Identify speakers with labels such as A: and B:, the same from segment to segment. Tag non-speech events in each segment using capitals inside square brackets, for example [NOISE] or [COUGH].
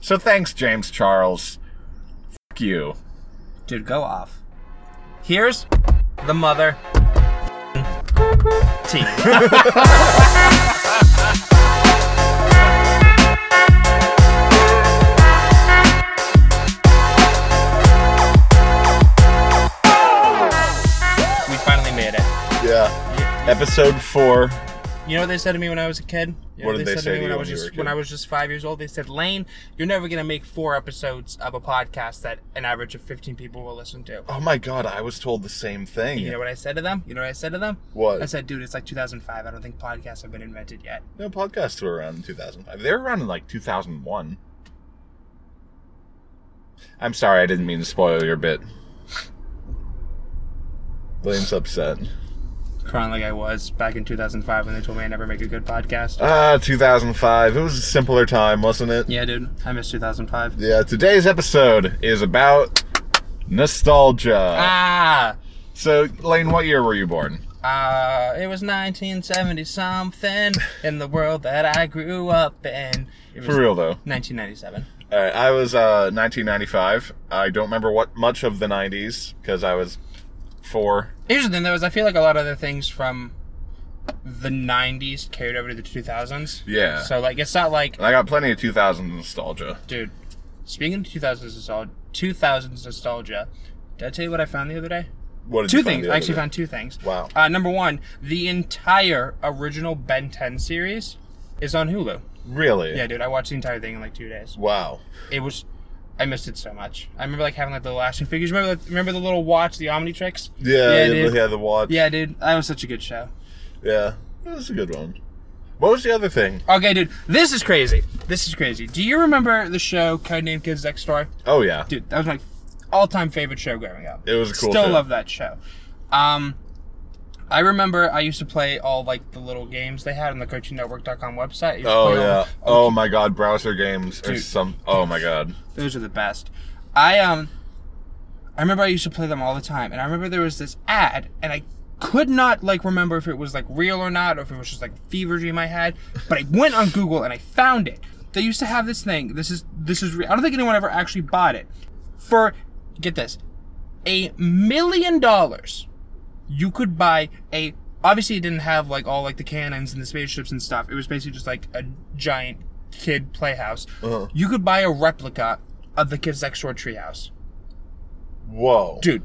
A: So thanks, James Charles. Fuck you.
B: Dude, go off. Here's the mother
A: [LAUGHS]
B: team. we finally made it.
A: Yeah.
B: You-
A: Episode four.
B: You know what they said to me when I was a kid? You know
A: What did they
B: said
A: say to
B: when
A: you
B: I
A: when
B: was
A: you
B: just
A: were a kid?
B: when I was just five years old? They said, "Lane, you're never gonna make four episodes of a podcast that an average of fifteen people will listen to."
A: Oh my god, I was told the same thing.
B: You know what I said to them? You know what I said to them?
A: What?
B: I said, "Dude, it's like 2005. I don't think podcasts have been invented yet."
A: No podcasts were around in 2005. They were around in like 2001. I'm sorry, I didn't mean to spoil your bit. Lane's upset.
B: Crying like I was back in 2005 when they told me I never make a good podcast.
A: Ah, 2005. It was a simpler time, wasn't it?
B: yeah, dude, I miss 2005.
A: Yeah, today's episode is about nostalgia.
B: Ah,
A: So, Lane, what year were you born?
B: uh, it was 1970
A: [LAUGHS]
B: something in the world that I grew up in. It was
A: For real, though.
B: 1997.
A: All right, I was uh, 1995. I don't remember what much of the 90s because I was four.
B: Here's the thing, though, is I feel like a lot of the things from the 90s carried over to the 2000s.
A: Yeah.
B: So, like, it's not like,
A: And I got plenty of 2000 nostalgia.
B: dude, speaking of 2000s nostalgia, 2000s nostalgia, did I tell you what I found the other day?
A: What did
B: Two
A: you find
B: things.
A: the other
B: I actually
A: day?
B: found two things.
A: Wow.
B: Uh, number one, the entire original Ben 10 series is on Hulu.
A: Really?
B: Yeah, dude, I watched the entire thing in like two days.
A: Wow.
B: It was. I missed it so much. I remember like having like the lashing figures. Remember, the, remember the little watch, the Omnitrix.
A: Yeah, yeah,
B: dude.
A: yeah the watch.
B: Yeah, dude, that was such a good show.
A: Yeah. That was a good one. What was the other thing?
B: Okay, dude, this is crazy. This is crazy. Do you remember the show Codename Kids Next Door?
A: Oh, yeah.
B: Dude, that was my all-time favorite show growing up.
A: It was a cool
B: Still
A: show.
B: love that show. Um, I remember I used to play all like the little games they had on the CoachingNetwork.com website. I used to
A: Oh,
B: play all-
A: yeah. Oh, my God. Browser games or
B: Dude.
A: some. Oh, my God.
B: those are the best. I um, I remember I used to play them all the time, and I remember there was this ad, and I could not like remember if it was like real or not, or if it was just like a fever dream I had. But I went on Google and I found it. They used to have this thing. This is this is. Re- I don't think anyone ever actually bought it. For get this, a million dollars, you could buy a. Obviously, it didn't have like all like the cannons and the spaceships and stuff. It was basically just like a giant kid playhouse.
A: Uh-huh.
B: You could buy a replica of the Kids Next Door treehouse,
A: Whoa.
B: dude.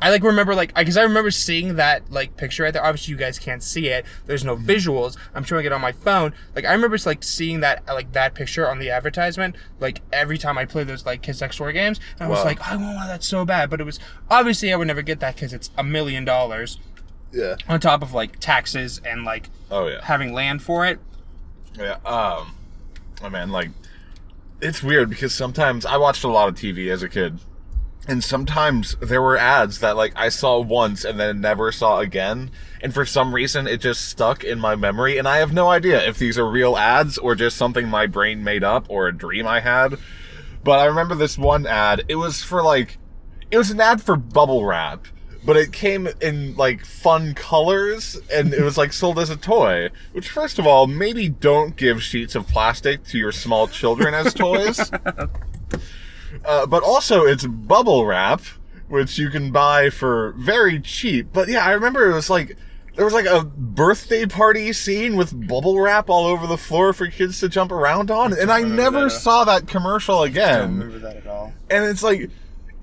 B: I like remember like because I remember seeing that like picture right there. Obviously, you guys can't see it. There's no visuals. I'm showing it on my phone. Like I remember just, like seeing that like that picture on the advertisement. Like every time I play those like Kids Next Door games, and I was
A: Wow.
B: like, I want one of that so bad. But it was obviously I would never get that because it's a million dollars
A: Yeah.
B: on top of like taxes and like
A: Oh, yeah.
B: having land for it.
A: Yeah. Um, I mean, like, it's weird because sometimes I watched a lot of TV as a kid, and sometimes there were ads that like I saw once and then never saw again, and for some reason it just stuck in my memory, and I have no idea if these are real ads or just something my brain made up or a dream I had. But I remember this one ad. It was for like, it was an ad for bubble wrap, but it came in like fun colors and it was like sold as a toy. Which, first of all, maybe don't give sheets of plastic to your small children as toys. uh, but also, it's bubble wrap, which you can buy for very cheap. But yeah, I remember it was like. There was like a birthday party scene with bubble wrap all over the floor for kids to jump around on, and I
B: remember
A: never
B: that.
A: saw that commercial
B: I don't
A: again
B: remember that at all.
A: and it's like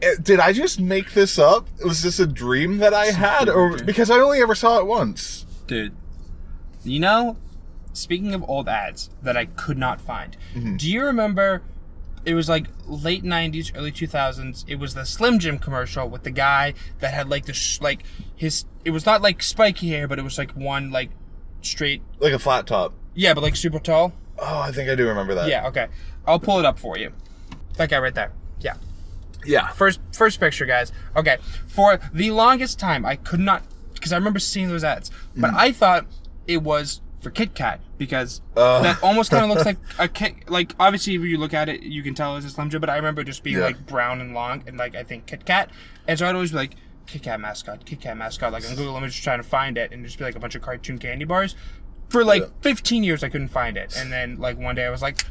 A: eh, did i just make this up was this a dream that i had or because i only ever saw it once
B: Dude, you know, speaking of old ads that I could not find, do you remember it was like late 90s, early 2000s? It was the Slim Jim commercial with the guy that had like the, sh- like his, it was not like spiky hair, but it was like one like straight,
A: like a flat top
B: yeah, but like super tall.
A: oh i think i do remember that
B: Yeah, okay. I'll pull it up for you. That guy right there. Yeah.
A: yeah
B: First, first picture, guys. Okay, for the longest time, I could not because I remember seeing those ads, but
A: Mm.
B: I thought it was for Kit Kat because
A: Oh.
B: that almost kind of looks
A: [LAUGHS]
B: like a Kit. Like obviously, when you look at it, you can tell it's a Slim Jim, but I remember just being
A: Yeah.
B: like brown and long, and like I think Kit Kat, and so I'd always be like Kit Kat mascot, Kit Kat mascot, like on Google Images trying to find it, and just be like a bunch of cartoon candy bars. for like
A: Yeah.
B: 15 years I couldn't find it, and then like one day I was like,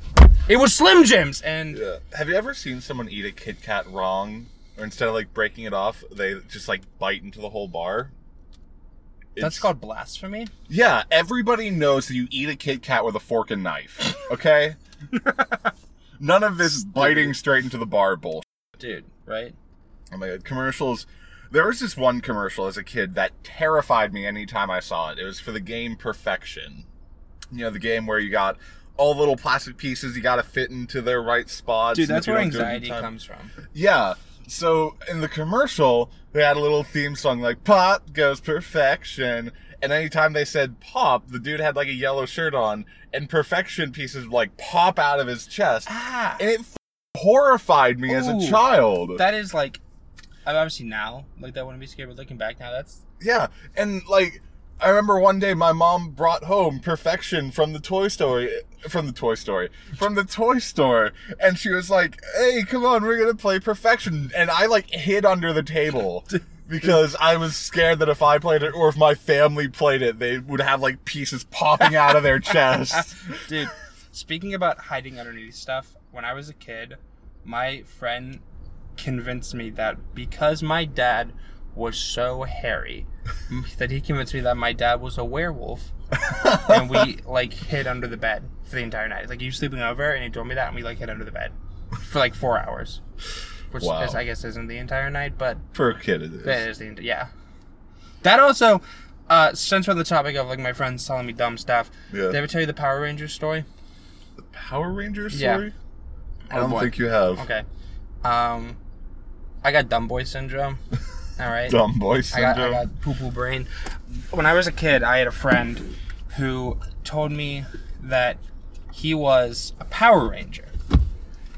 B: it was Slim Jims, and
A: Yeah. Have you ever seen someone eat a Kit Kat wrong, or instead of like breaking it off, they just like bite into the whole bar?
B: that's called blasphemy.
A: Yeah, everybody knows that you eat a Kit Kat with a fork and knife.
B: [LAUGHS]
A: Okay. None of this biting straight into the bar bullshit.
B: Dude, right?
A: Oh my god, commercials. There was this one commercial as a kid that terrified me anytime I saw it. It was for the game Perfection. You know, the game where you got all the little plastic pieces you got to fit into their right spots.
B: Dude,
A: and
B: that's
A: if you
B: where
A: don't do it in
B: anxiety
A: time-
B: comes from.
A: Yeah. So in the commercial, they had a little theme song like "Pop Goes Perfection," and anytime they said "pop," the dude had like a yellow shirt on, and perfection pieces would, like pop out of his chest,
B: Ah,
A: and it f- horrified me as a
B: Ooh.
A: child.
B: that is like, I'm obviously now like that wouldn't be scary, but looking back now, that's
A: yeah, and like. I remember one day my mom brought home Perfection from the Toy Story, from the Toy Story, from the toy store, and she was like, "Hey, come on, we're gonna play Perfection," and I like hid under the table because I was scared that if I played it or if my family played it, they would have like pieces popping out
B: [LAUGHS]
A: of their [LAUGHS] chest.
B: ah, Dude, speaking about hiding underneath stuff, when I was a kid, my friend convinced me that because my dad was so hairy, that he convinced me that my dad was a werewolf, and we like hid under the bed for the entire night. Like you sleeping over, and he told me that, and we like hid under the bed for like four hours, which
A: Wow.
B: is, I guess isn't the entire night, but
A: For a kid, it is.
B: that is the end. Yeah. That also, uh, since we're on the topic of like my friends telling me dumb stuff,
A: Yeah.
B: did I ever tell you the Power Rangers story?
A: The Power Rangers
B: Yeah.
A: story? I
B: Oh,
A: don't
B: boy.
A: think you have.
B: Okay. Um, I got dumb boy syndrome.
A: [LAUGHS]
B: All right.
A: Dumb boy
B: I
A: syndrome.
B: got, I got poo poo brain. When I was a kid, I had a friend who told me that he was a Power Ranger.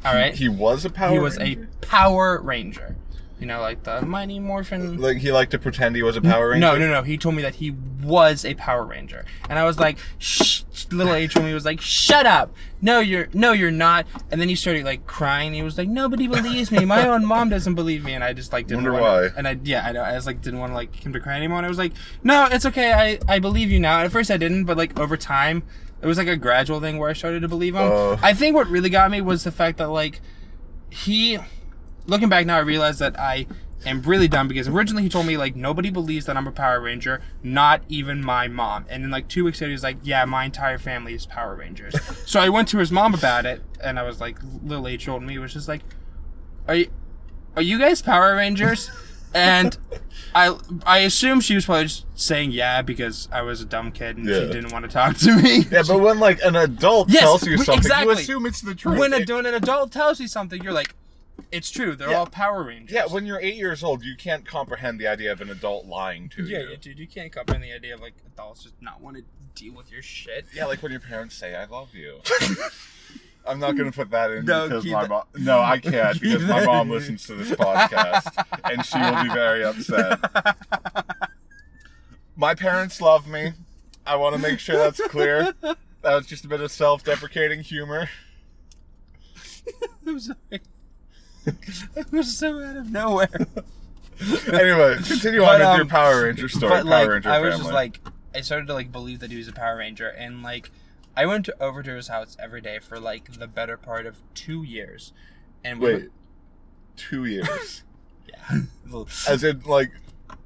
B: All right. He,
A: He was a Power.
B: was
A: Ranger?
B: a Power Ranger. You know, like the Mighty Morphin.
A: Like he liked to pretend he was a Power Ranger.
B: No, no, no. He told me that he was a Power Ranger, and I was like, "Shh!" Little H when he was like, "Shut up! No, you're no, you're not." And then he started like crying. He was like, "Nobody believes
A: [LAUGHS]
B: me. My own mom doesn't believe me." And I just like didn't
A: Wonder
B: wanna-
A: why.
B: And I yeah, I know. I just like didn't want to like him to cry anymore. And I was like, "No, it's okay. I I believe you now." At first I didn't, but like over time, it was like a gradual thing where I started to believe him.
A: Oh.
B: I think what really got me was the fact that like he looking back now, I realize that I am really dumb because originally he told me like nobody believes that I'm a Power Ranger, not even my mom. And then like two weeks later, he's like, "Yeah, my entire family is Power Rangers." so I went to his mom about it, and I was like, "Little H old me was just like, are you, are you guys Power Rangers?"
A: [LAUGHS]
B: And I I assume she was probably just saying yeah because I was a dumb kid and
A: Yeah.
B: she didn't want to talk to me.
A: Yeah, but when like an adult
B: Yes,
A: tells you
B: we-
A: something, you
B: exactly.
A: assume it's the truth.
B: [LAUGHS] when,
A: It-
B: a, when an adult tells you something, you're like, "It's true. They're
A: Yeah.
B: all Power Rangers."
A: yeah, when you're eight years old, you can't comprehend the idea of an adult lying to
B: Yeah,
A: you.
B: yeah, dude, you can't comprehend the idea of like adults just not want to deal with your shit. [LAUGHS]
A: Yeah, like when your parents say "I love you." [LAUGHS] I'm not gonna put that in
B: No,
A: because
B: keep
A: my
B: that-
A: mom. No,
B: [LAUGHS]
A: I can't
B: keep
A: because my
B: that
A: mom
B: in.
A: listens to this podcast and she will be very
B: [LAUGHS]
A: upset. My parents love me. I want to make sure that's clear. That was just a bit of self-deprecating
B: [LAUGHS]
A: humor.
B: I'm sorry. [LAUGHS] it was so out of nowhere.
A: Anyway, continue on
B: But,
A: with your
B: um,
A: Power Ranger story.
B: but
A: Power
B: like,
A: Ranger
B: I was
A: family.
B: just like, I started to like believe that he was a Power Ranger, and like, I went to, over to his house every day for like the better part of two years, and we [LAUGHS]
A: wait, two years.
B: yeah,
A: as in like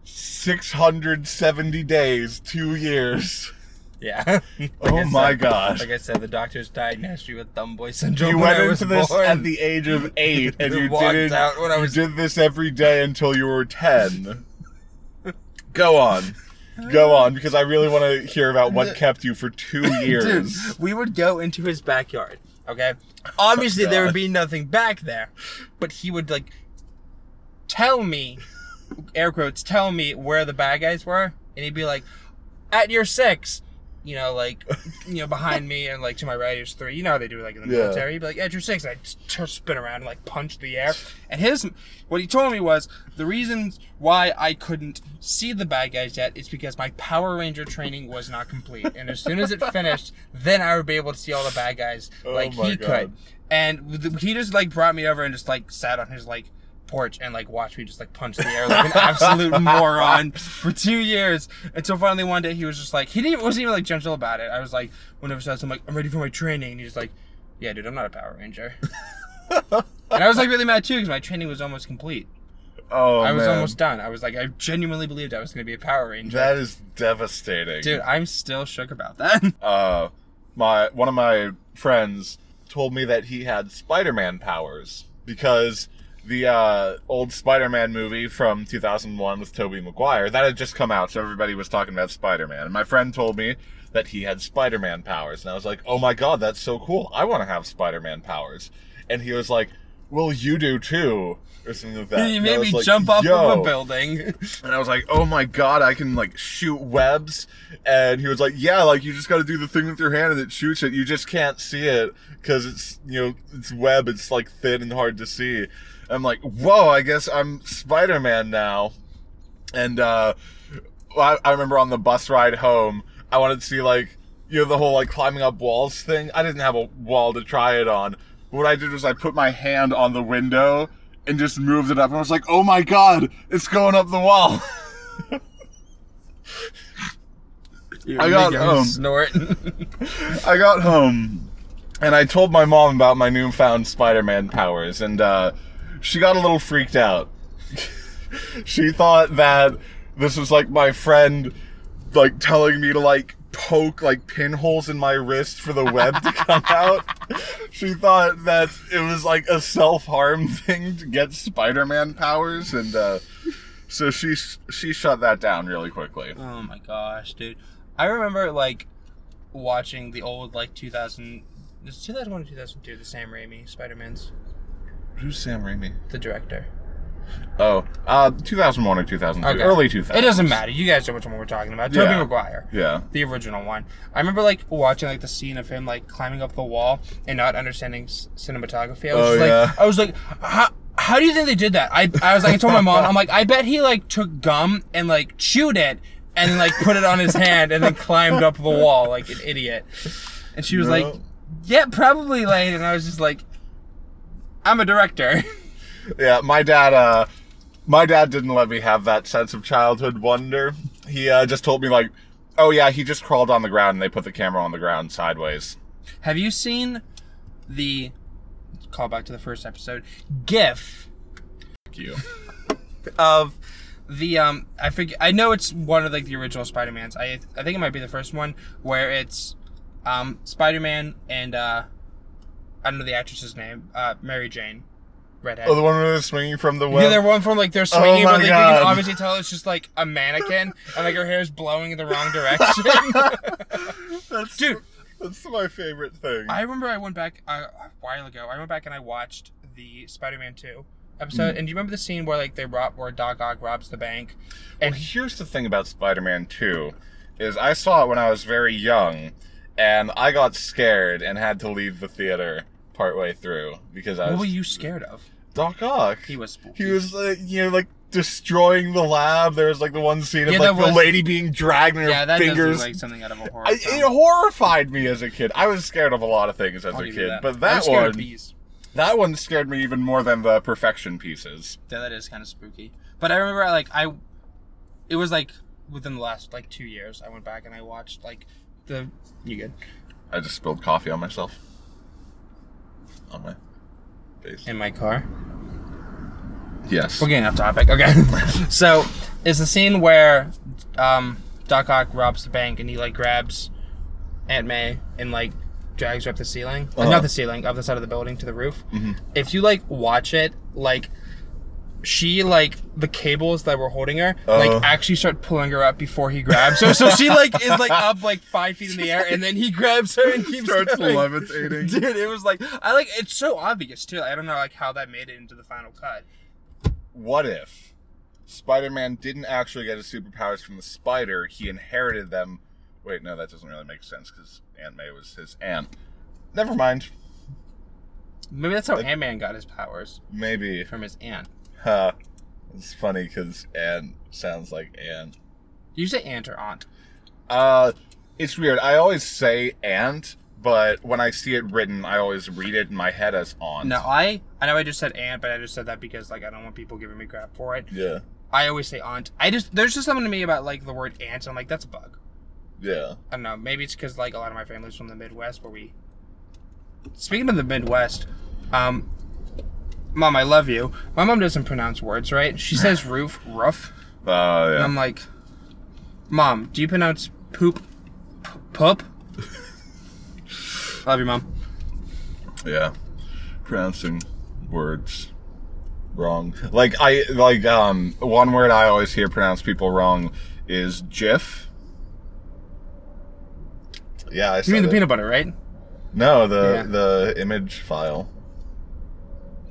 A: 670 days, two years. [LAUGHS]
B: yeah. Like
A: Oh
B: I
A: my
B: said-
A: gosh.
B: Like I said, the doctors diagnosed me with dumb boy syndrome.
A: You
B: when
A: went
B: I was
A: into this
B: born.
A: at the age
B: [LAUGHS]
A: of eight, and you
B: Walked
A: did
B: out when I was-
A: You did this every day until you were
B: [LAUGHS]
A: ten. Go on, go on, because I really want to hear about what kept you for two years.
B: [LAUGHS] Dude, we would go into his backyard. Okay. Obviously,
A: [LAUGHS]
B: there
A: Oh
B: would be nothing back there, but he would like tell me, air quotes, tell me where the bad guys were, and he'd be like, "At your six, you know, like, [LAUGHS] you know, behind me, and like to my right is three. You know how they do like in the
A: Yeah.
B: military. He'd be like, "At your six, and I'd just turn- spin around and like punch the air. And his, what he told me was the reasons why I couldn't see the bad guys yet is because my Power Ranger training was not complete, and as soon as it finished, then I would be able to see all the bad guys
A: Oh
B: like
A: my
B: he
A: God.
B: could. And th- he just like brought me over and just like sat on his like porch and like watch me just like punch the air like an
A: [LAUGHS]
B: absolute moron for two years until finally one day he was just like he didn't wasn't even like gentle about it. I was like whenever so I'm like I'm ready for my training and he's like, yeah, dude, I'm not a Power Ranger.
A: [LAUGHS]
B: and I was like really mad too because my training was almost complete.
A: Oh,
B: I was
A: man.
B: almost done. I was like I genuinely believed I was going to be a Power Ranger.
A: That is devastating. [LAUGHS]
B: Dude, I'm still shook about that. [LAUGHS]
A: Uh, my one of my friends told me that he had Spider-Man powers because the uh, old Spider-Man movie from 2001 with Tobey Maguire that had just come out, so everybody was talking about Spider-Man. And my friend told me that he had Spider-Man powers, and I was like, "Oh my god, that's so cool! I want to have Spider-Man powers." And he was like, "Well, you do too." Or something like that.
B: you
A: And I
B: made me
A: was like,
B: jump off of a
A: "Yo."
B: building. [LAUGHS]
A: And I was like, oh my god, I can like shoot webs. And he was like, yeah, like you just got to do the thing with your hand and it shoots it. You just can't see it because it's, you know, it's web. It's like thin and hard to see. I'm like, whoa, I guess I'm Spider Man now. And, uh, I, I remember on the bus ride home, I wanted to see like you know the whole like climbing up walls thing. I didn't have a wall to try it on. But what I did was I put my hand on the window and just moved it up, and I was like, "Oh my god, it's going up the wall!" [LAUGHS] I got um,
B: Making me
A: home.
B: snort. [LAUGHS]
A: I got home and I told my mom about my newfound Spider-Man powers, and uh, she got a little freaked out. [LAUGHS] she thought that this was like my friend, like telling me to like poke like pinholes in my wrist for the web to come out. She thought that it was like a self-harm [LAUGHS] thing to get Spider-Man powers, and uh, so she she shut that down really quickly.
B: Oh my gosh, dude. I remember like watching the old like 2000 is it 2001 or 2002 the Sam Raimi Spider-Man's
A: Who's Sam Raimi?
B: the director.
A: Oh, uh, 2001 or 2002,
B: Okay.
A: early 2000s.
B: It doesn't matter. You guys know which one we're talking about. Tobey
A: Yeah.
B: Maguire.
A: Yeah.
B: The original one. I remember like watching like the scene of him like climbing up the wall and not understanding s- cinematography. I was
A: Oh,
B: just, like,
A: yeah.
B: I was like, how, how do you think they did that? I, I was like, I told my mom, I'm like, I bet he like took gum and like chewed it and then like put it on his hand and then climbed up the wall like an idiot. And she was like,
A: No.
B: yeah, probably late. And I was just like, I'm a director. [LAUGHS]
A: Yeah, my dad, uh, my dad didn't let me have that sense of childhood wonder. He uh, just told me like, oh yeah, he just crawled on the ground and they put the camera on the ground sideways.
B: Have you seen the call back to the first episode GIF
A: Fuck
B: [LAUGHS]
A: you.
B: of the um? I forget. I know it's one of like the original Spider Mans. I I think it might be the first one where it's um Spider Man and uh I don't know the actress's name uh Mary Jane, redhead.
A: oh, the one who was swinging from the web.
B: yeah, they're one from like they're swinging,
A: my
B: but like, you
A: God.
B: can obviously tell it's just like a mannequin, and like her hair's blowing in the wrong
A: [LAUGHS]
B: direction.
A: that's,
B: Dude.
A: that's my favorite thing.
B: I remember I went back uh, a while ago. I went back and I watched the Spider-Man Two episode.
A: Mm.
B: And do you remember the scene where like they rob, where Doc Ock robs the bank, and he,
A: Here's the thing about Spider-Man 2 is I saw it when I was very young and I got scared and had to leave the theater partway through because I
B: what
A: was
B: were you scared of?
A: Doc Ock.
B: He was spooky.
A: He was, uh, you know, like destroying the lab. There was like the one scene of
B: Yeah,
A: like
B: that
A: the
B: was-
A: lady being dragged and
B: yeah,
A: her
B: that
A: fingers.
B: does look like something out of a horror.
A: I,
B: film.
A: it horrified me as a kid. I was scared of a lot of things as
B: I'll
A: a
B: give
A: kid,
B: you
A: but
B: I was
A: that
B: scared of
A: one,
B: bees.
A: that one scared me even more than the perfection pieces.
B: Yeah, that is kind of spooky. But I remember like I, it was like within the last like two years. I went back and I watched like the you good
A: I just spilled coffee on myself, on my face.
B: in my car.
A: Yes. [LAUGHS]
B: We're getting off topic. Okay. [LAUGHS] so, it's the scene where um, Doc Ock robs the bank and he like grabs Aunt May and like drags her up the ceiling, Uh,
A: Uh-huh. Mm-hmm.
B: not the ceiling, up the side of the building to the roof. If you like watch it, like she like the cables that were holding her
A: Uh-huh.
B: like actually start pulling her up before he grabs her. So she like is like up like five feet in the air and then he grabs her and keeps [LAUGHS]
A: Starts
B: going.
A: levitating.
B: Dude, it was like I like it's so obvious too. I don't know like how that made it into the final cut.
A: what if Spider-Man didn't actually get his superpowers from the spider? He inherited them. Wait, no, that doesn't really make sense because Aunt May was his aunt. Never mind.
B: Maybe that's how Ant Man got his powers
A: Maybe. [LAUGHS]
B: from his aunt.
A: Huh. It's funny because Aunt sounds like Aunt.
B: You say aunt or aunt?
A: Uh, it's weird. I always say Aunt, but when I see it written, I always read it in my head as aunt.
B: No, I I know I just said aunt, but I just said that because like I don't want people giving me crap for it.
A: Yeah.
B: I always say aunt. I just there's just something to me about like the word aunt. I'm like that's a bug.
A: Yeah.
B: I don't know. Maybe it's because like a lot of my family's from the Midwest, where we. Speaking of the Midwest, um, mom, I love you. My mom doesn't pronounce words right. [LAUGHS] She says roof, roof.
A: Oh
B: And
A: yeah.
B: I'm like, mom, do you pronounce poop, p- [LAUGHS] poop? love you, mom.
A: yeah. Pronouncing words wrong. Like I like um one word I always hear pronounced people wrong is jiff. Yeah, I
B: You mean the
A: said it.
B: peanut butter, right?
A: No, the
B: Yeah.
A: the image file.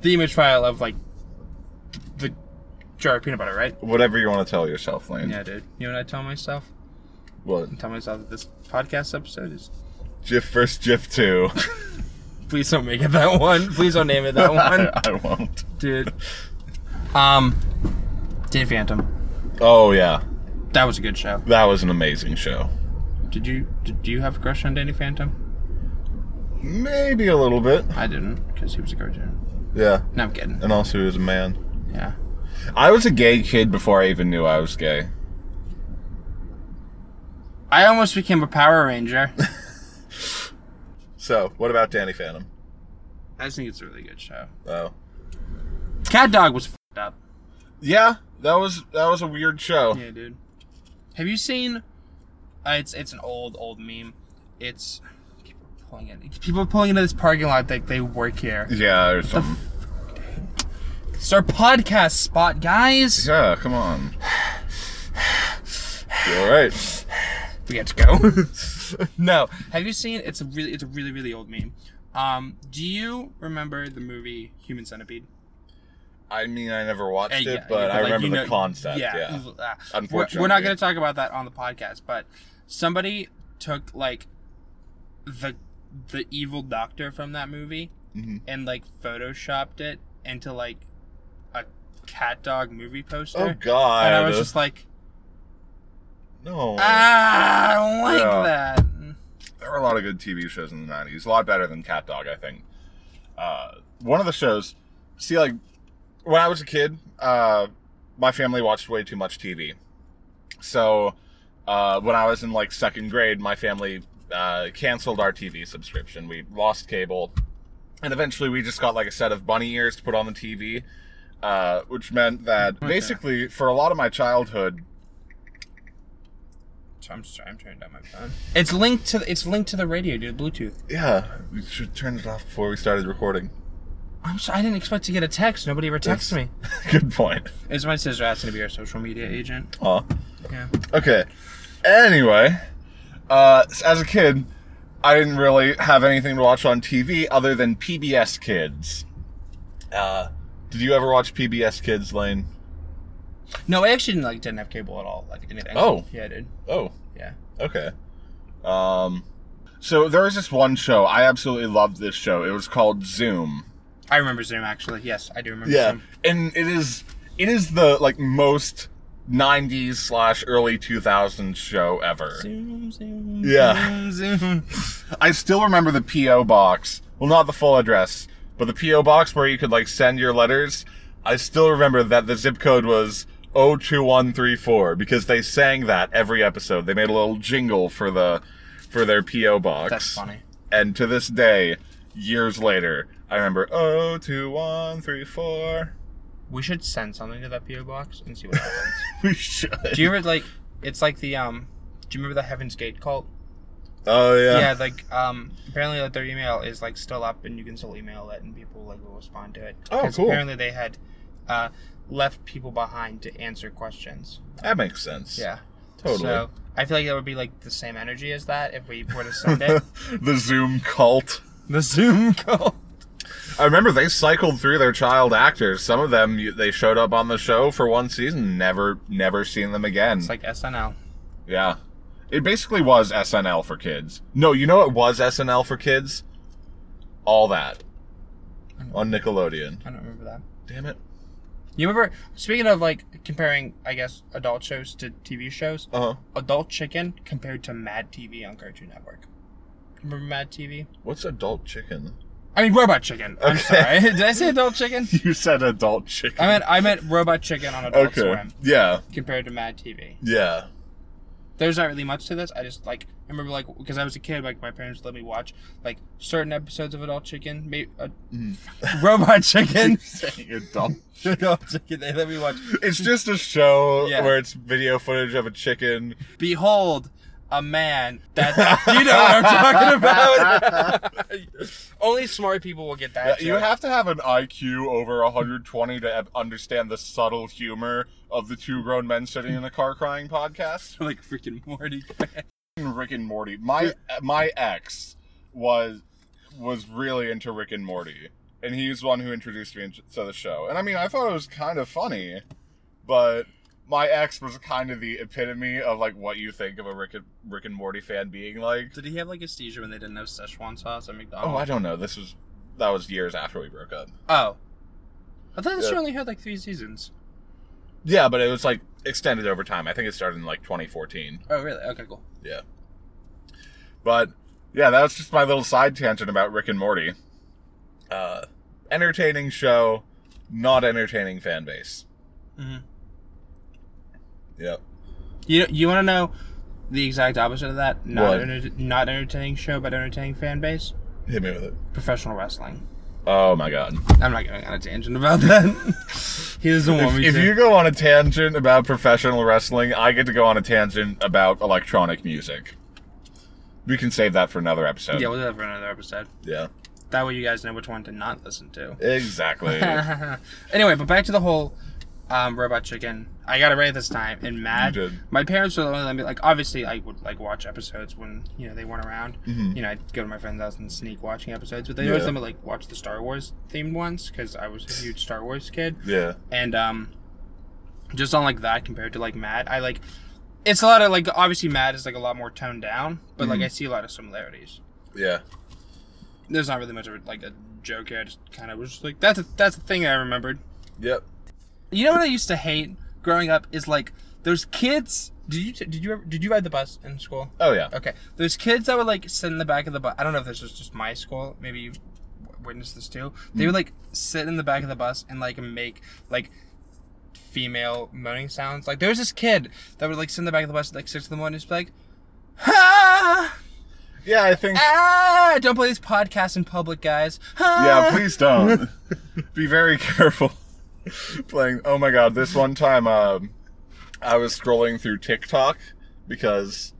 B: The image file of like the jar of peanut butter, right?
A: Whatever you want to tell yourself, Lane.
B: Yeah, dude. You know what I tell myself?
A: What?
B: I tell myself that this podcast episode is. [LAUGHS]
A: Jiff first, Jiff two. [LAUGHS]
B: Please don't make it that one. Please don't name it that one,
A: I, I won't.
B: dude. Um, Dave Phantom.
A: Oh yeah,
B: That was a good show.
A: that was an amazing show.
B: Did you did you have a crush on Danny Phantom?
A: Maybe a little bit.
B: I didn't, because he was a cartoon.
A: Yeah,
B: No, I'm kidding.
A: and also he was a man.
B: Yeah.
A: I was a gay kid before I even knew I was gay.
B: I almost became a Power Ranger.
A: So, what about Danny Phantom?
B: I just think it's a really good show.
A: Oh,
B: Cat Dog was fucked up.
A: yeah, that was that was a weird show.
B: Yeah, dude. Have you seen? Uh, it's it's an old old meme. It's people are pulling it. People are pulling into this parking lot like they work here.
A: Yeah, there's some.
B: It's our podcast spot, guys.
A: Yeah, come on. You all right?
B: We have to go. [LAUGHS] no, have you seen? It's a really it's a really really old meme. Um, do you remember the movie Human Centipede?
A: I mean, I never watched
B: Uh,
A: it,
B: yeah, yeah,
A: but I
B: like,
A: remember
B: you
A: the
B: know-
A: concept. Yeah.
B: uh, we're-
A: Unfortunately.
B: we're not going to talk about that on the podcast. But somebody took like the the evil doctor from that movie
A: Mhm.
B: and like photoshopped it into like a cat dog movie poster.
A: Oh God.
B: and I was just like,
A: no.
B: ah, I don't like
A: Yeah.
B: that.
A: there were a lot of good TV shows in the '90s. A lot better than Cat Dog, I think. Uh, one of the shows, see, like when I was a kid, uh, my family watched way too much TV. So uh, when I was in like second grade, my family uh, canceled our TV subscription. We lost cable, and eventually we just got like a set of bunny ears to put on the TV, uh, which meant that
B: Okay.
A: basically for a lot of my childhood,
B: So I'm sorry, I'm turning down my phone. It's linked to it's linked to the radio, dude. Bluetooth.
A: yeah, we should turn it off before we started recording. [LAUGHS]
B: I'm sorry, I didn't expect to get a text. Nobody ever texts me.
A: good point.
B: Is my sister asking to be our social media agent?
A: Aw.
B: Yeah.
A: Okay. Anyway, uh, as a kid, I didn't really have anything to watch on TV other than PBS Kids. Uh, did you ever watch PBS Kids, Lane?
B: No, I actually didn't like didn't have cable at all, like anything.
A: Oh.
B: yeah, I did.
A: Oh,
B: Yeah.
A: okay. Um, so there was this one show. I absolutely loved this show. It was called Zoom.
B: I remember Zoom actually. Yes, I do remember Zoom.
A: and it is it is the like most '90s slash early 2000s show ever.
B: Zoom, Zoom.
A: Yeah.
B: Zoom, Zoom.
A: I still remember the P.O. box. Well, not the full address, but the P.O. box where you could like send your letters. I still remember that the zip code was 02134 because they sang that every episode. They made a little jingle for the for their P.O. box.
B: That's funny.
A: And to this day, years later, I remember 02134.
B: We should send something to that PO box and see what happens.
A: [LAUGHS] We should.
B: do you ever like? It's like the um. Do you remember the Heaven's Gate cult?
A: Oh yeah.
B: Yeah, like um. Apparently, like, their email is like still up, and you can still email it, and people like will respond to it.
A: Oh,
B: 'Cause
A: cool.
B: Apparently, they had uh, left people behind to answer questions.
A: That makes sense.
B: Yeah.
A: Totally. [LAUGHS]
B: So I feel like that would be like the same energy as that if we were to
A: [LAUGHS]
B: send it.
A: the Zoom cult.
B: the Zoom call.
A: I remember they cycled through their child actors. Some of them you- they showed up on the show for one season, never never seen them again.
B: It's like SNL.
A: yeah. It basically was SNL for kids. No, you know it was SNL for kids? All that on Nickelodeon.
B: I don't remember that.
A: Damn it.
B: You remember speaking of like comparing, I guess, adult shows to TV shows.
A: Uh-huh.
B: Adult Chicken compared to Mad TV on Cartoon Network. You Remember Mad TV?
A: What's adult chicken? [LAUGHS]
B: I mean Robot Chicken. I'm
A: Okay.
B: sorry. [LAUGHS] Did I say Adult Chicken?
A: You said adult
B: [LAUGHS]
A: chicken.
B: I meant I meant Robot Chicken on Adult
A: okay.
B: Swim
A: Yeah.
B: compared to Mad TV. [LAUGHS]
A: Yeah.
B: There's not really much to this. I just like I remember like because I was a kid, like my parents let me watch like certain episodes of Adult Chicken, maybe uh, [LAUGHS] Robot Chicken.
A: Saying adult.
B: Adult Chicken. They let me watch.
A: It's just a show
B: Yeah.
A: where it's video footage of a chicken.
B: Behold, a man [LAUGHS] that you know what I'm talking about. [LAUGHS] Only smart people will get that.
A: Uh, you
B: joke.
A: have to have an IQ over 120 to ab- understand the subtle humor of the two grown men sitting in a car crying podcast. [LAUGHS]
B: like freaking Morty.
A: Rick and Morty. My uh, my ex was was really into Rick and Morty, and he's the one who introduced me to the show. And I mean, I thought it was kind of funny, but my ex was kind of the epitome of like what you think of a Rick and, Rick and Morty fan being like.
B: Did he have like a seizure when they didn't have Szechuan sauce at McDonald's?
A: Oh, I don't know. This was that was years after we broke up.
B: Oh. I thought this
A: Yeah.
B: show only had like three seasons.
A: Yeah, but it was like extended over time. I think it started in like 2014.
B: Oh, really? Okay, cool.
A: Yeah. But yeah, that was just my little side tangent about Rick and Morty. Uh, entertaining show, not entertaining fan base.
B: Mhm.
A: Yep.
B: You you want to know the exact opposite of that? Not
A: What?
B: enter- not entertaining show, but entertaining fan base.
A: Hit me with it.
B: Professional wrestling.
A: Oh my god.
B: I'm not going on a tangent about that. [LAUGHS] he doesn't want
A: If,
B: me
A: if
B: to.
A: you go on a tangent about professional wrestling, I get to go on a tangent about electronic music. We can save that for another episode.
B: yeah, we'll do that for another episode.
A: yeah.
B: That way, you guys know which one to not listen to. [LAUGHS]
A: Exactly.
B: anyway, but back to the whole um, robot chicken. I got it right this time. And mad.
A: You did.
B: My parents were the only let me like. Obviously, I would like watch episodes when you know they weren't around.
A: Mhm.
B: You know, I'd go to my friend's house and sneak watching episodes. But they always
A: Yeah.
B: let me like watch the Star Wars themed ones because I was a huge Star Wars kid.
A: yeah.
B: And um, just on like that compared to like Mad, I like. It's a lot of like obviously Mad is like a lot more toned down, but like
A: Mhm.
B: I see a lot of similarities
A: Yeah.
B: there's not really much of a, like a joke here. I just kind of was just like that's a, that's the thing I remembered.
A: Yep.
B: You know what I used to hate growing up is like those kids. Did you did you ever, did you ride the bus in school?
A: Oh yeah.
B: Okay, those kids that would like sit in the back of the bus. I don't know if this was just my school. Maybe you w- witnessed this too. They would like sit in the back of the bus and like make like female moaning sounds. Like there was this kid that would like sit in the back of the bus at like six in the morning, and just be like, ah,
A: Yeah, I think.
B: ah, don't play this podcast in public, guys. Ah.
A: Yeah, please don't. Be very careful playing. Oh my god, this one time um, I was scrolling through TikTok because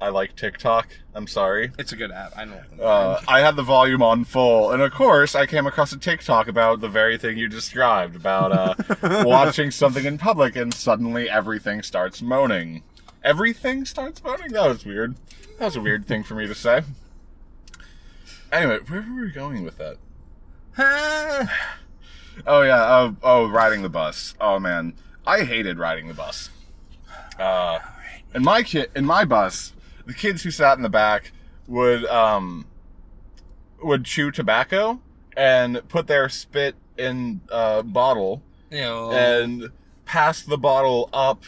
A: I like TikTok. I'm sorry.
B: It's a good app. I don't.
A: Uh, I had the volume on full, and of course, I came across a TikTok about the very thing you described about uh, watching something in public, and suddenly everything starts moaning. Everything starts moaning. That was weird. That was a weird thing for me to say. Anyway, where were we going with that? Oh yeah. Oh, oh, riding the bus. Oh man, I hated riding the bus. Uh, in my kid, in my bus, the kids who sat in the back would um would chew tobacco and put their spit in a bottle
B: Ew.
A: and pass the bottle up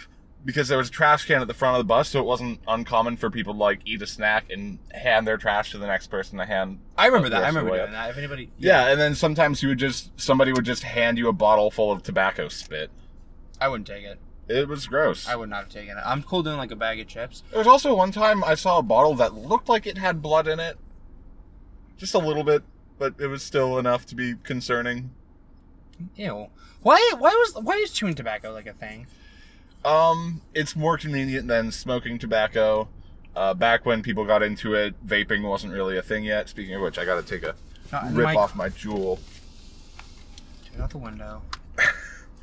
A: because there was a trash can at the front of the bus, so it wasn't uncommon for people to like eat a snack and hand their trash to the next person to hand
B: I remember that. I
A: Yes,
B: remember
A: way
B: doing
A: up.
B: that. If anybody,
A: yeah, and then sometimes you would just somebody would just hand you a bottle full of tobacco spit.
B: I wouldn't take it.
A: It was gross.
B: I would not have taken it. I'm cool doing like a bag of chips.
A: there was also one time I saw a bottle that looked like it had blood in it, just a little bit, but it was still enough to be concerning.
B: Ew. Why? Why was? Why is chewing tobacco like a thing?
A: Um, it's more convenient than smoking tobacco. Uh, back when people got into it, vaping wasn't really a thing yet. Speaking of which, I gotta take a
B: Not in
A: rip
B: my-
A: off my jewel. [LAUGHS]
B: Dude, Out the window.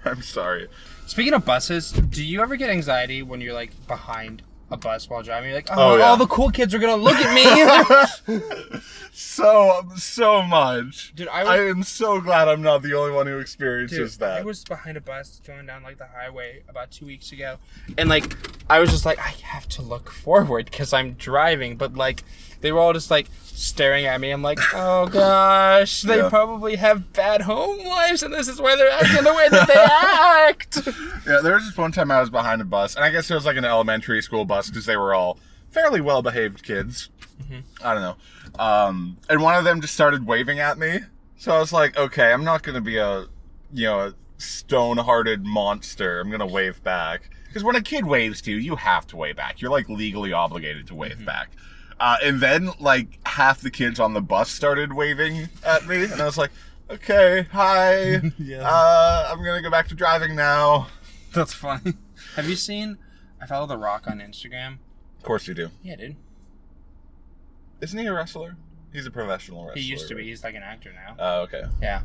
A: I'm sorry.
B: Speaking of buses, do you ever get anxiety when you're like behind a bus while driving? You're like, oh,
A: Oh, yeah.
B: all the cool kids are gonna look at
A: [LAUGHS]
B: me. [LAUGHS]
A: So so much.
B: Dude, I was-
A: I am so glad I'm not the only one who experiences
B: Dude,
A: that.
B: I was behind a bus going down like the highway about two weeks ago, and like I was just like, I have to look forward because I'm driving. But like they were all just like staring at me. I'm like, oh gosh, they
A: Yeah.
B: probably have bad home lives, and this is why they're acting the way that [LAUGHS] they act.
A: Yeah, there was this one time I was behind a bus, and I guess it was like an elementary school bus because they were all fairly well behaved kids. I don't know. Um, and one of them just started waving at me. So I was like, okay, I'm not gonna be a, you know, a stone-hearted monster. I'm gonna wave back because when a kid waves to you, you have to wave back. You're like legally obligated to wave back. Uh, and then like half the kids on the bus started waving at me, and I was like, okay, hi.
B: Yeah.
A: Uh, I'm gonna go back to driving now.
B: That's funny. Have you seen? I follow The Rock on Instagram.
A: Of course you do.
B: Yeah, dude.
A: Isn't he a wrestler? He's a professional wrestler.
B: He used to be.
A: right?
B: He's like an actor now.
A: Oh, okay.
B: Yeah.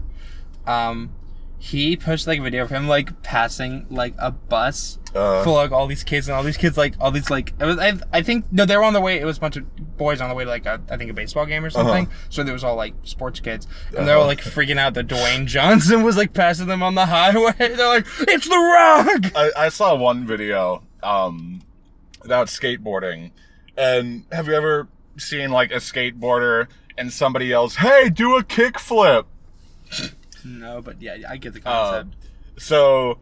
B: Um, he posted like a video of him like passing like a bus
A: Uh.
B: full of like, all these kids and all these kids like all these like it was, I, I think no they were on their way it was a bunch of boys on the way to like a, I think a baseball game or something so there was all like sports kids and they were
A: Uh-huh.
B: like freaking out that Dwayne Johnson [LAUGHS] was like passing them on the highway [LAUGHS] they're like it's the Rock
A: I, I saw one video um, about skateboarding, and have you ever seen like a skateboarder and somebody else, "Hey, do a kickflip"?
B: no but yeah I get the
A: Uh,
B: concept
A: so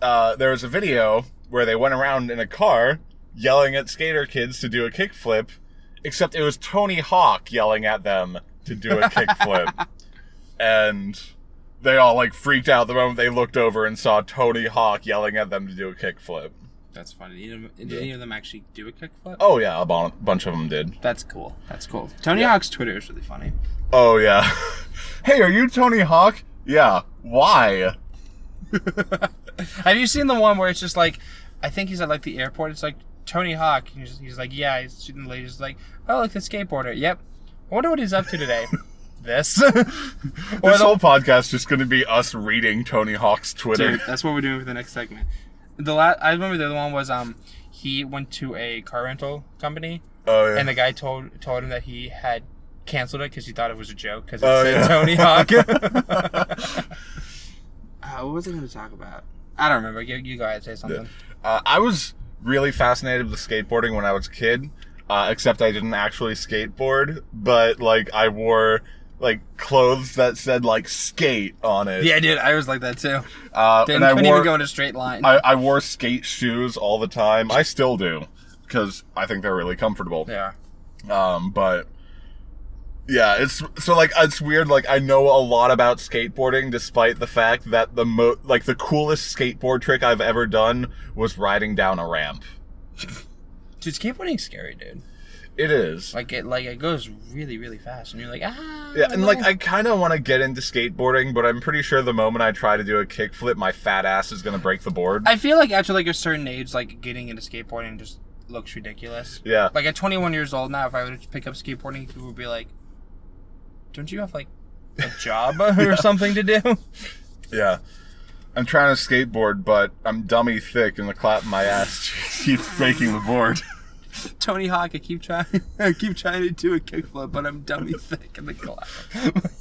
A: uh, there was a video where they went around in a car yelling at skater kids to do a kickflip, except it was Tony Hawk yelling at them to do a
B: [LAUGHS]
A: kickflip, and they all like freaked out the moment they looked over and saw Tony Hawk yelling at them to do a kickflip.
B: that's funny did, any of- did any of them actually do a kickflip
A: Oh yeah, a bon- bunch of them did.
B: that's cool that's cool Tony
A: Yeah.
B: Hawk's Twitter is really funny
A: Oh yeah. [LAUGHS] hey, are you Tony Hawk? Yeah. Why?
B: Have you seen the one where it's just like, I think he's at like the airport. It's like Tony Hawk. and He's, he's like, yeah, he's shooting the lady. He's like, oh, look, the skateboarder. Yep. I wonder what he's up to [LAUGHS] today. this. or
A: This
B: the-
A: whole podcast is just going to be us reading Tony Hawk's Twitter.
B: Dude, that's what we're doing for the next segment. The last I remember the other one was um he went to a car rental company
A: oh yeah.
B: and the guy told told him that he had canceled it because he thought it was a joke because it
A: Oh,
B: said
A: yeah.
B: Tony [LAUGHS] Hawk. Uh, what was I going to talk about? I don't remember. You, you go ahead say something.
A: uh, I was really fascinated with skateboarding when I was a kid, uh, except I didn't actually skateboard, but like I wore like clothes that said like skate on it.
B: Yeah, dude, I was like that too.
A: Uh,
B: Then
A: and I
B: couldn't
A: wore
B: even go in a straight line.
A: I, I wore skate shoes all the time. I still do because I think they're really comfortable.
B: yeah.
A: um but yeah it's so like it's weird like i know a lot about skateboarding despite the fact that the mo like the coolest skateboard trick i've ever done was riding down a ramp
B: Dude, skateboarding's scary, dude.
A: it is
B: Like it, like it goes really, really fast, and you're like, ah.
A: yeah and like
B: no.
A: i kind of want to get into skateboarding but i'm pretty sure the moment i try to do a kickflip my fat ass is gonna break the board
B: I feel like after like a certain age, like getting into skateboarding just looks ridiculous.
A: yeah
B: Like at 21 years old now, if I were to pick up skateboarding, people would be like, "Don't you have like a [LAUGHS] job or something to do?"
A: yeah i'm trying to skateboard but i'm dummy thick and the clap in my ass [LAUGHS] keeps breaking the board [LAUGHS]
B: Tony Hawk, I keep trying, [LAUGHS] I keep trying to do a kickflip, but I'm dummy thick in the collab.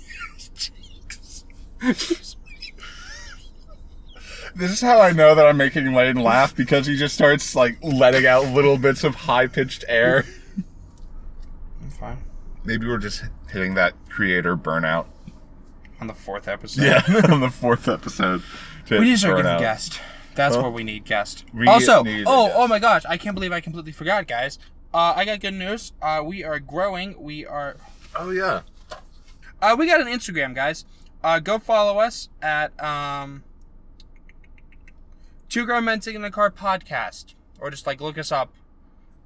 A: This is how I know that I'm making Lane laugh because he just starts like letting out little bits of high pitched air.
B: I'm fine.
A: Maybe we're just hitting that creator burnout. [LAUGHS]
B: On the fourth episode.
A: Yeah, on the fourth episode.
B: We need to start getting
A: Burnout.
B: guest. That's
A: Huh?
B: where we need guest.
A: We
B: also,
A: need a
B: oh,
A: guest.
B: oh my gosh, I can't believe I completely forgot, guys. Uh, I got good news. Uh, we are growing. We are.
A: Oh yeah.
B: Uh, we got an Instagram, guys. Uh, go follow us at um, Two Grown Men Sitting in a Car podcast, or just like look us up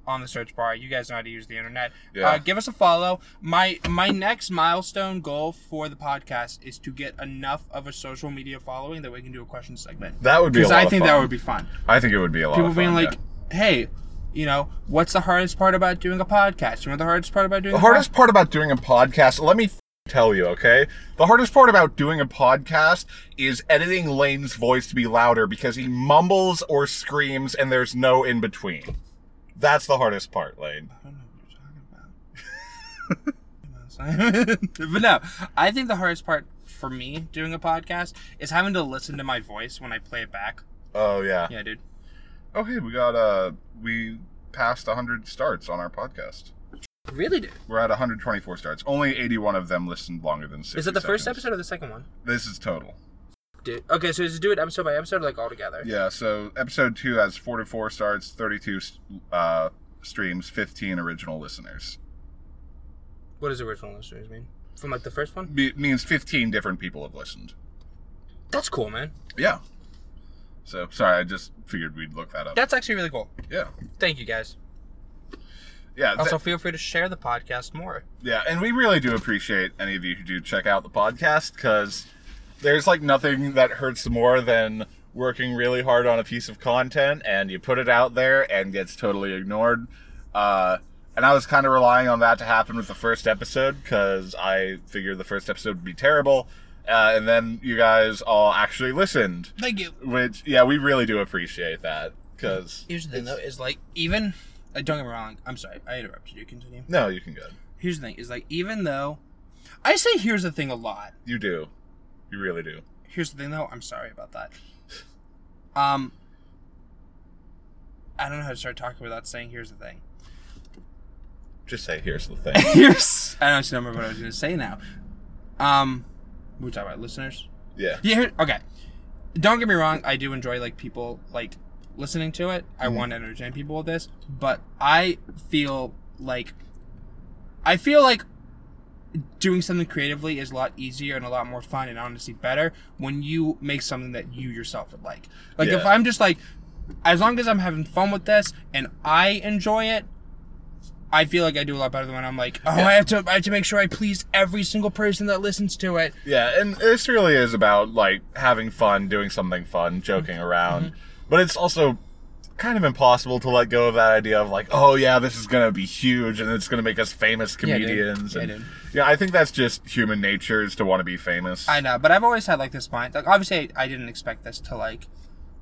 B: on the search bar. You guys know how to use the internet.
A: Yeah.
B: Uh, give us a follow. My my next milestone goal for the podcast is to get enough of a social media following that we can do a question segment.
A: That would be a
B: Because
A: lot
B: I
A: of
B: think
A: fun.
B: that would be fun.
A: I think it would be a lot
B: People
A: of fun.
B: being like,
A: yeah.
B: "Hey, you know, what's the hardest part about doing a podcast? You know, the hardest part about doing
A: The
B: a
A: hardest part about doing a podcast, let me f- tell you, okay? The hardest part about doing a podcast is editing Lane's voice to be louder because he mumbles or screams and there's no in between. That's the hardest part, Lane.
B: pod- I don't know what you're talking about. [LAUGHS] but no, I think the hardest part for me doing a podcast is having to listen to my voice when I play it back.
A: Oh yeah.
B: Yeah, dude.
A: Oh hey, we got uh we passed 100 starts on our podcast.
B: Really, dude.
A: We're at 124 starts. Only 81 of them listened longer than 60
B: Is it the first
A: seconds.
B: episode or the second one?
A: This is total.
B: Dude. Okay, so just do it episode by episode, like all together.
A: Yeah, so episode 2 has 44 starts, 32 uh streams, 15 original listeners.
B: What does original listeners mean? From like the first one?
A: It means 15 different people have listened.
B: That's cool, man.
A: Yeah. So, sorry, I just figured we'd look that up.
B: That's actually really cool.
A: Yeah.
B: Thank you guys.
A: Yeah.
B: Also,
A: th-
B: feel free to share the podcast more.
A: yeah. And we really do appreciate any of you who do check out the podcast because there's like nothing that hurts more than working really hard on a piece of content and you put it out there and gets totally ignored. Uh, and I was kind of relying on that to happen with the first episode because I figured the first episode would be terrible. Uh, and then you guys all actually listened.
B: Thank you.
A: Which, yeah, we really do appreciate that because
B: Here's the thing, though, is like even. Uh, don't get me wrong. I'm sorry. I interrupted you. Continue.
A: no, you can go.
B: Here's the thing, is like even though, I say here's the thing a lot.
A: You do, you really do.
B: Here's the thing though. I'm sorry about that. Um. I don't know how to start talking without saying here's the thing.
A: Just say here's the thing. [LAUGHS]
B: Here's. I don't actually remember what I was going to say now. Um, we talking about listeners.
A: Yeah,
B: Yeah. Here, okay. Don't get me wrong. I do enjoy like people like listening to it. I
A: Mhm.
B: want to entertain people with this, but I feel like I feel like doing something creatively is a lot easier and a lot more fun and honestly better when you make something that you yourself would like. Like if
A: Yeah.
B: I'm just like, as long as I'm having fun with this and I enjoy it. I feel like I do a lot better than when I'm like, oh, I have to, I have to make sure I please every single person that listens to it.
A: yeah, and this really is about like having fun, doing something fun, joking
B: Mm-hmm.
A: around, but it's also kind of impossible to let go of that idea of like, oh yeah, this is gonna be huge and it's gonna make us famous
B: Yeah, dude.
A: comedians.
B: Yeah,
A: and-
B: dude.
A: yeah, I think that's just human nature is to want to be famous.
B: I know, but I've always had like this mind. Like obviously, I, I didn't expect this to like,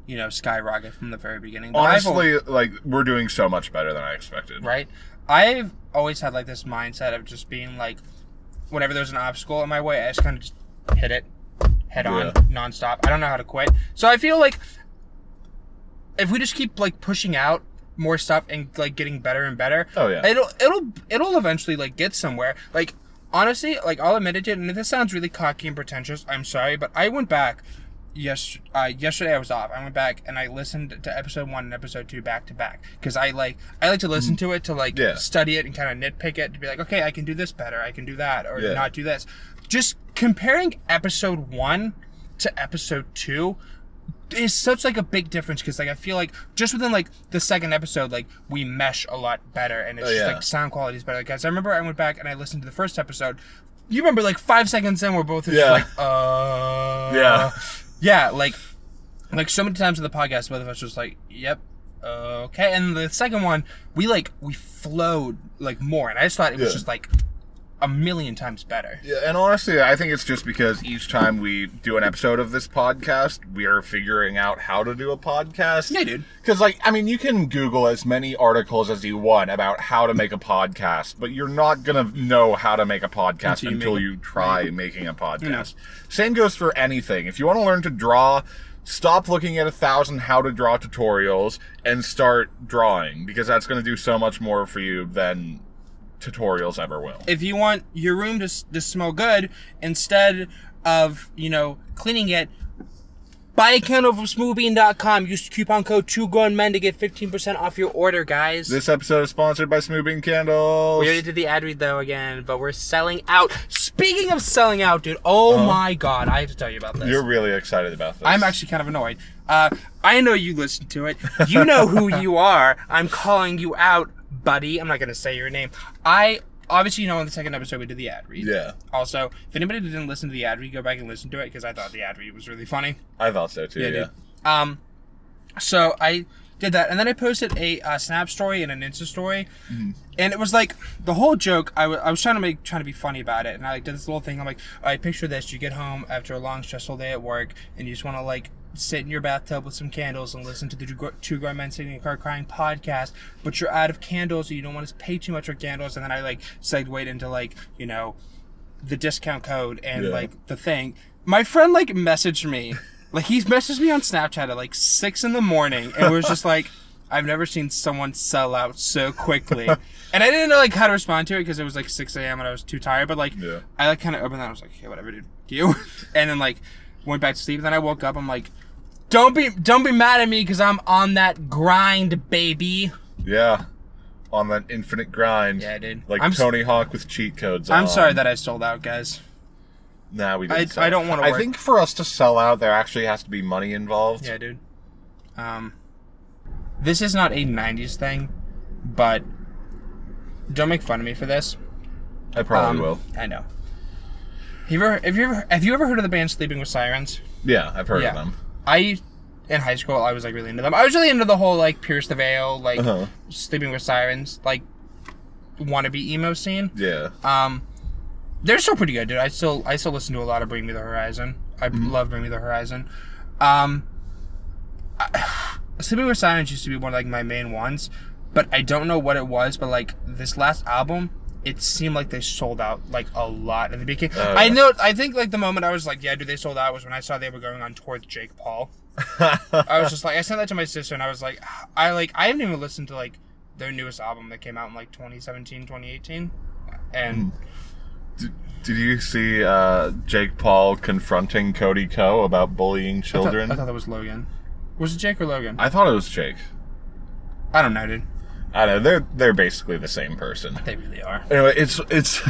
B: you know, skyrocket from the very beginning. But I've al-
A: Honestly, like we're doing so much better than I expected.
B: right? I've always had like this mindset of just being like, whenever there's an obstacle in my way, I just kind of just hit it head on,
A: Yeah.
B: nonstop. I don't know how to quit. So I feel like if we just keep like pushing out more stuff and like getting better and better,
A: Oh, yeah.
B: it'll it'll it'll eventually like get somewhere. Like honestly, like I'll admit it, and this sounds really cocky and pretentious. I'm sorry, but I went back. Yes, uh, yesterday I was off. I went back and I listened to episode one and episode two back to back because I like I like to listen to it to like
A: Mm-hmm. Yeah.
B: study it and kind of nitpick it to be like, okay, I can do this better, I can do that, or
A: Yeah.
B: not do this. Just comparing episode one to episode two is such like a big difference because like I feel like just within like the second episode, like we mesh a lot better and it's
A: Oh,
B: just
A: yeah.
B: like sound quality is better. Like, guys, I remember I went back and I listened to the first episode. You remember like five seconds in, we're both just
A: Yeah.
B: like, uh,
A: Yeah.
B: yeah, like, like so many times in the podcast, both of us just like, yep, okay. And the second one, we like we flowed like more, and I just thought it was
A: Yeah.
B: just like a million times better.
A: Yeah, and honestly, I think it's just because each time we do an episode of this podcast, we are figuring out how to do a podcast.
B: Yeah, dude.
A: Because, like, I mean, you can Google as many articles as you want about how to make a podcast, but you're not going to know how to make a podcast
B: Until you
A: until,
B: make it.
A: you try making a podcast. Same goes for anything. If you want to learn to draw, stop looking at a thousand how to draw tutorials and start drawing because that's going to do so much more for you than tutorials ever will.
B: If you want your room to s- to smell good instead of you know cleaning it. Buy a candle from smoothbean.com. Use coupon code 2 grown men to get 15% off your order, guys.
A: This episode is sponsored by Smooth Bean Candles.
B: We already did the ad read though again, but we're selling out. Speaking of selling out, dude, oh my god, I have to tell you about this.
A: Uh-huh. You're really excited about this.
B: I'm actually kind of annoyed. Uh, I know you listen to it. You know who you are. I'm calling you out, buddy. I'm not gonna say your name. I obviously you know in the second episode we did the ad read.
A: Yeah,
B: Also, if anybody didn't listen to the ad read, go back and listen to it because I thought the ad read was really funny.
A: I thought so too. Yeah.
B: dude. Um, so I did that, and then I posted a uh, Snap story and an Insta story, and it was like the whole joke. I wa- I was trying to make trying to be funny about it, and I like, did this little thing. I'm like, all right, picture this: you get home after a long, stressful day at work, and you just want to like sit in your bathtub with some candles and listen to the Two Gro- two grown men sitting in a car crying podcast, but you're out of candles, so you don't want to pay too much for candles, and then I like segued into like you know the discount code and
A: Yeah.
B: like the thing. My friend like messaged me, like he messaged me on Snapchat at like six in the morning, and was just like, [LAUGHS] "I've never seen someone sell out so
A: [LAUGHS]
B: quickly," and I didn't know like how to respond to it because it was like six a.m. and I was too tired. But like,
A: Yeah.
B: I like kind of opened that. I was like, "Okay, whatever, dude, you," [LAUGHS] and then like went back to sleep. Then I woke up. I'm like, "Don't be, don't be mad at me because I'm on that grind, baby."
A: Yeah. on that infinite grind.
B: Yeah, dude.
A: Like
B: I'm s-
A: Tony Hawk with cheat codes.
B: I'm
A: on.
B: sorry that I sold out, guys.
A: Nah, we
B: I-
A: didn't. sell
B: I
A: out.
B: don't wanna
A: I
B: work-
A: think for us to sell out, there actually has to be money involved.
B: Yeah, dude. Um, this is not a '90s thing, but don't make fun of me for this.
A: I probably
B: Um,
A: Oh, will.
B: I know. Have you, ever, have you ever have you ever heard of the band Sleeping with Sirens?
A: Yeah, I've heard
B: yeah.
A: of them.
B: I in high school I was like really into them. I was really into the whole like Pierce the Veil, like
A: Uh-huh.
B: Sleeping with Sirens, like wannabe emo scene.
A: Yeah.
B: Um, they're still pretty good, dude. I still I still listen to a lot of Bring Me the Horizon. I
A: Mm-hmm.
B: love Bring Me the Horizon. Um, I, [SIGHS] Sleeping with Sirens used to be one of like my main ones, but I don't know what it was. But like this last album, it seemed like they sold out like a lot at the beginning.
A: Oh,
B: I
A: yeah.
B: know. I think like the moment I was like, yeah, dude, they sold out was when I saw they were going on tour with Jake Paul. I was just like, I sent that to my sister, and I was like, [SIGHS] I like, I haven't even listened to like their newest album that came out in like 2017, 2018,
A: Mm.
B: and
A: [LAUGHS] D- Did you see uh, Jake Paul confronting Cody Ko about bullying
B: I thought-
A: children?
B: I thought that was Logan. Was it Jake or Logan? I,
A: I thought it was Jake.
B: don't know, dude.
A: I know they're they're basically the same person.
B: They really are.
A: Anyway, it's it's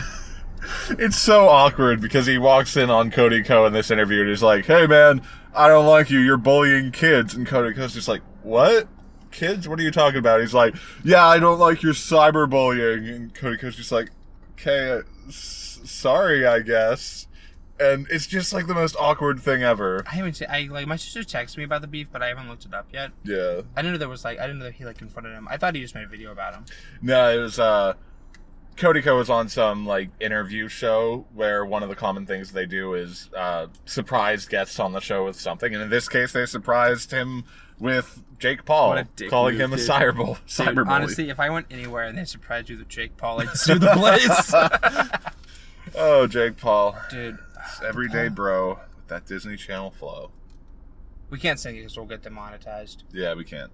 A: [LAUGHS] it's so awkward because he walks in on Cody Ko in this interview and he's like, "Hey man, I don't like you. You're bullying kids." And Cody Ko's just like, "What? Kids? What are you talking about?" He's like, "Yeah, I don't like your cyberbullying." And Cody Ko's just like, "Okay, uh, s- sorry, I guess." And it's just like the most awkward thing ever.
B: I haven't seen. I like my sister texted me about the beef, but I haven't looked it up yet.
A: Yeah.
B: I didn't know there was like I didn't know that he like confronted him. I thought he just made a video about him.
A: No, it was uh Cody Co was on some like interview show where one of the common things they do is uh surprise guests on the show with something, and in this case they surprised him with Jake
B: What
A: Paul
B: a dick
A: calling
B: move,
A: him a
B: dude.
A: cyber
B: Dude,
A: cyberbully.
B: honestly, if I went anywhere and they surprised you with Jake Paul, I'd sue the place.
A: Oh, Jake Paul,
B: dude,
A: It's everyday bro, with that Disney Channel flow.
B: we can't sing it because we'll get demonetized.
A: Yeah, we can't.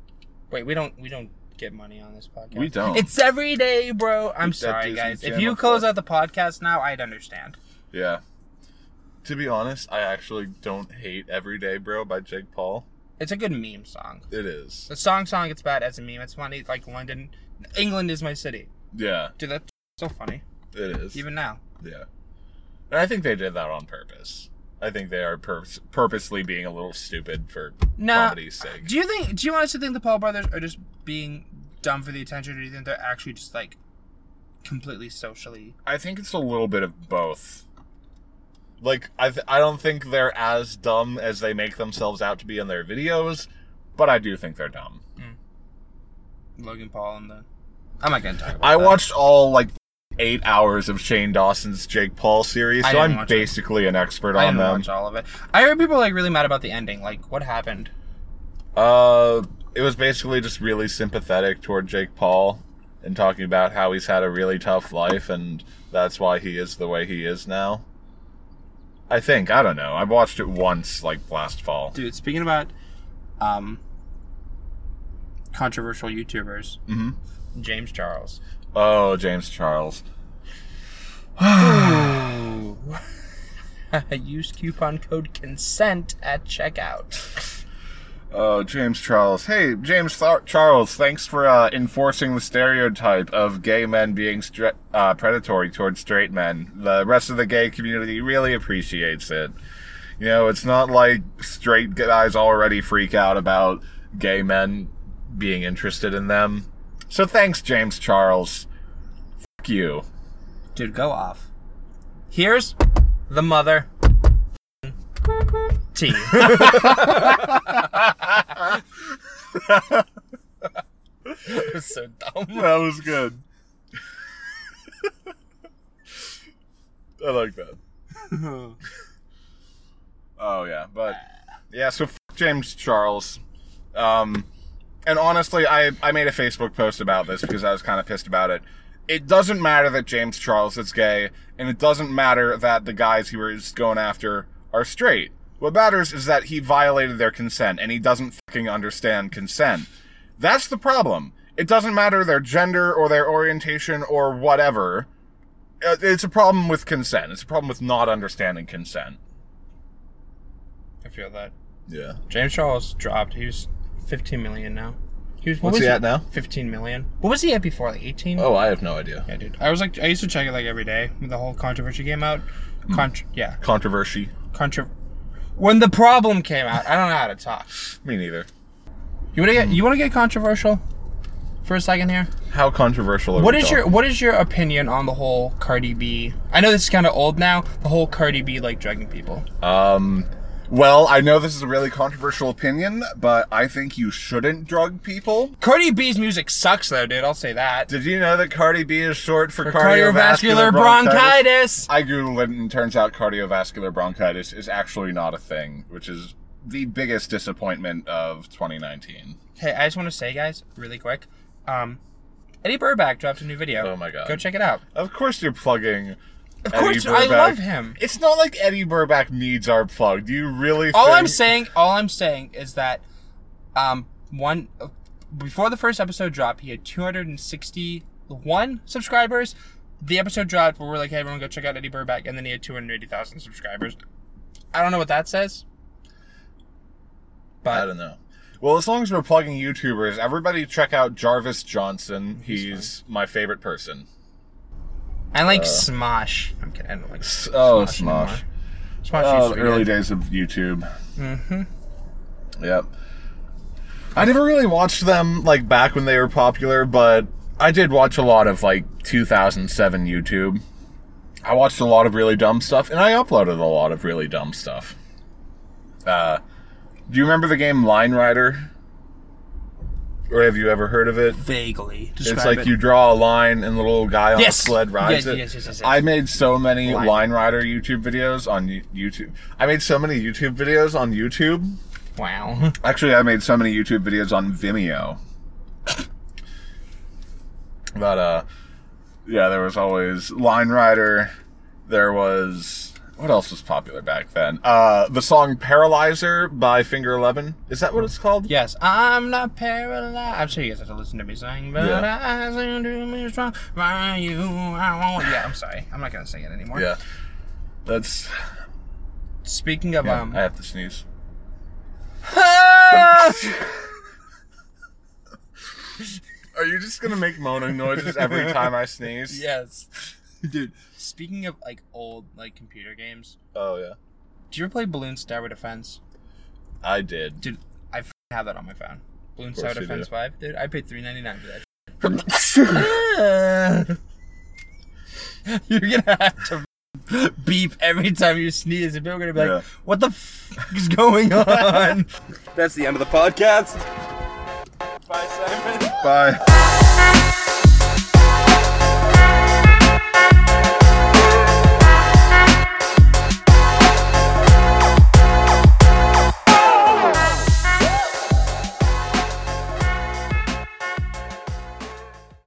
B: Wait, we don't we don't get money on this podcast.
A: We don't.
B: It's every day, bro. I'm
A: That
B: sorry,
A: Disney
B: guys. If
A: Channel
B: you close
A: flow.
B: out the podcast now, I'd understand.
A: Yeah. To be honest, I actually don't hate "Everyday Bro" by Jake Paul.
B: It's a good meme song.
A: It is.
B: The song song it's bad as a meme. It's funny. Like London, England is my city.
A: Yeah,
B: Dude, that's so funny.
A: it is.
B: Even now.
A: Yeah. And I think they did that on purpose. I think they are pur- purposely being a little stupid for
B: Nah.
A: comedy's sake.
B: Do you think? Do you honestly think the Paul brothers are just being dumb for the attention, or do you think they're actually just like completely socially?
A: I think it's a little bit of both. Like, I, th- I don't think they're as dumb as they make themselves out to be in their videos, but I do think they're dumb.
B: Logan Paul and the. I'm not gonna talk about.
A: I
B: that.
A: watched all, like, eight hours of Shane Dawson's Jake Paul series,
B: I
A: so
B: didn't
A: I'm
B: watch it.
A: basically an expert
B: I
A: on
B: didn't
A: them.
B: watch all of it. I heard people like really mad about the ending. Like, what happened?
A: Uh, it was basically just really sympathetic toward Jake Paul and talking about how he's had a really tough life and that's why he is the way he is now. I think I don't know. I watched it once, like last fall.
B: Dude, speaking about um controversial YouTubers,
A: Mhm.
B: James Charles.
A: Oh, James Charles.
B: [LAUGHS] Use coupon code consent at checkout.
A: Oh, James Charles. Hey, James Thar- Charles. Thanks for uh, enforcing the stereotype of gay men being stre- uh, predatory towards straight men. The rest of the gay community really appreciates it. You know, it's not like straight guys already freak out about gay men being interested in them. So thanks, James Charles. Fuck you.
B: Dude, go off. Here's the mother [LAUGHS] T. so dumb.
A: [LAUGHS] That was good. I like that. Oh yeah, but yeah. So f- James Charles, um, and honestly, I I made a Facebook post about this because I was kind of pissed about it. It doesn't matter that James Charles is gay, and it doesn't matter that the guys he was going after are straight. What matters is that he violated their consent, and he doesn't fucking understand consent. That's the problem. It doesn't matter their gender or their orientation or whatever. Uh, It's a problem with consent. It's a problem with not understanding consent.
B: I feel that.
A: Yeah.
B: James Charles dropped. He's 15 million now. He was, what
A: What's
B: was
A: he at now?
B: 15 million. What was he at before? Like 18?
A: Oh, I have no idea.
B: Yeah, dude. I was like, I used to check it like every day when the whole controversy came out. Contr yeah,
A: Controversy.
B: contro. When the problem came out, I don't know how to talk.
A: Me neither.
B: You want to get you want to get controversial for a second here.
A: How controversial? Are
B: What
A: we
B: is your
A: talking?
B: what is your opinion on the whole Cardi B? I know this is kind of old now. The whole Cardi B like drugging people.
A: Um, well, I know this is a really controversial opinion, but I think you shouldn't drug people.
B: Cardi B's music sucks though, dude. I'll say that.
A: Did you know that Cardi B is short for,
B: Cardiovascular bronchitis.
A: I googled it, and it turns out cardiovascular bronchitis is actually not a thing, which is the biggest disappointment of 2019.
B: Hey, I just want to say, guys, really quick. Um, Eddie Burback dropped a new video.
A: Oh my God.
B: Go check it out.
A: Of course, you're plugging. Of
B: course, I love him.
A: It's not like Eddie Burback needs our plug. Do you really?
B: all
A: think-
B: I'm saying, all I'm saying is that, um, one before the first episode dropped, he had 261 subscribers. The episode dropped where we're like, hey, everyone, go check out Eddie Burback, and then he had 280,000 subscribers. I don't know what that says, but
A: I don't know. Well, as long as we're plugging YouTubers, everybody check out Jarvis Johnson. He's, my favorite person.
B: I
A: uh,
B: like Smosh. I'm kidding. I don't like Smosh.
A: Oh,
B: anymore. Smosh
A: Oh,
B: used
A: the
B: to be
A: early
B: good.
A: days of YouTube. Mm-hmm. Yep. I never really watched them like back when they were popular, but I did watch a lot of like 2007 YouTube. I watched a lot of really dumb stuff, and I uploaded a lot of really dumb stuff. Uh, do you remember the game Line Rider? Or have you ever heard of it?
B: Vaguely.
A: It's
B: Describe
A: like
B: it.
A: you draw a line and the little guy on
B: Yes.
A: a sled rides
B: Yes,
A: it.
B: yes, yes, yes, yes.
A: I made so many
B: Line.
A: line. rider YouTube videos on Yo- YouTube. I made so many YouTube videos on YouTube.
B: Wow.
A: Actually, I made so many YouTube videos on Vimeo. but uh yeah, there was always Line Rider. There was what else was popular back then? Uh the song Paralyzer by Finger 11. Is that what it's called?
B: Yes, I'm not paralyzed. I'm sure you guys have to listen to me sing, but
A: Yeah.
B: I soon do me strong by you. I won't. Yeah, I'm sorry. I'm not gonna sing it anymore.
A: Yeah. That's
B: Speaking of
A: yeah,
B: um, [LAUGHS] Ah!
A: I have to sneeze. [LAUGHS] Are you just gonna make moaning noises every time I
B: [LAUGHS]
A: sneeze?
B: yes, dude. Speaking of like old like computer games,
A: Oh yeah.
B: do you ever play Balloon Tower Defense?
A: I did.
B: Dude, I f- have that on my phone. Balloon
A: course
B: Tower
A: you do.
B: Defense Five, dude. I paid three ninety nine for that. [LAUGHS] You're gonna have to [LAUGHS] beep every time you sneeze, and people are gonna be like,
A: Yeah.
B: "What the f- is going
A: [LAUGHS]
B: on?" That's the end of the podcast. Bye, Simon.
A: Bye.
C: Thank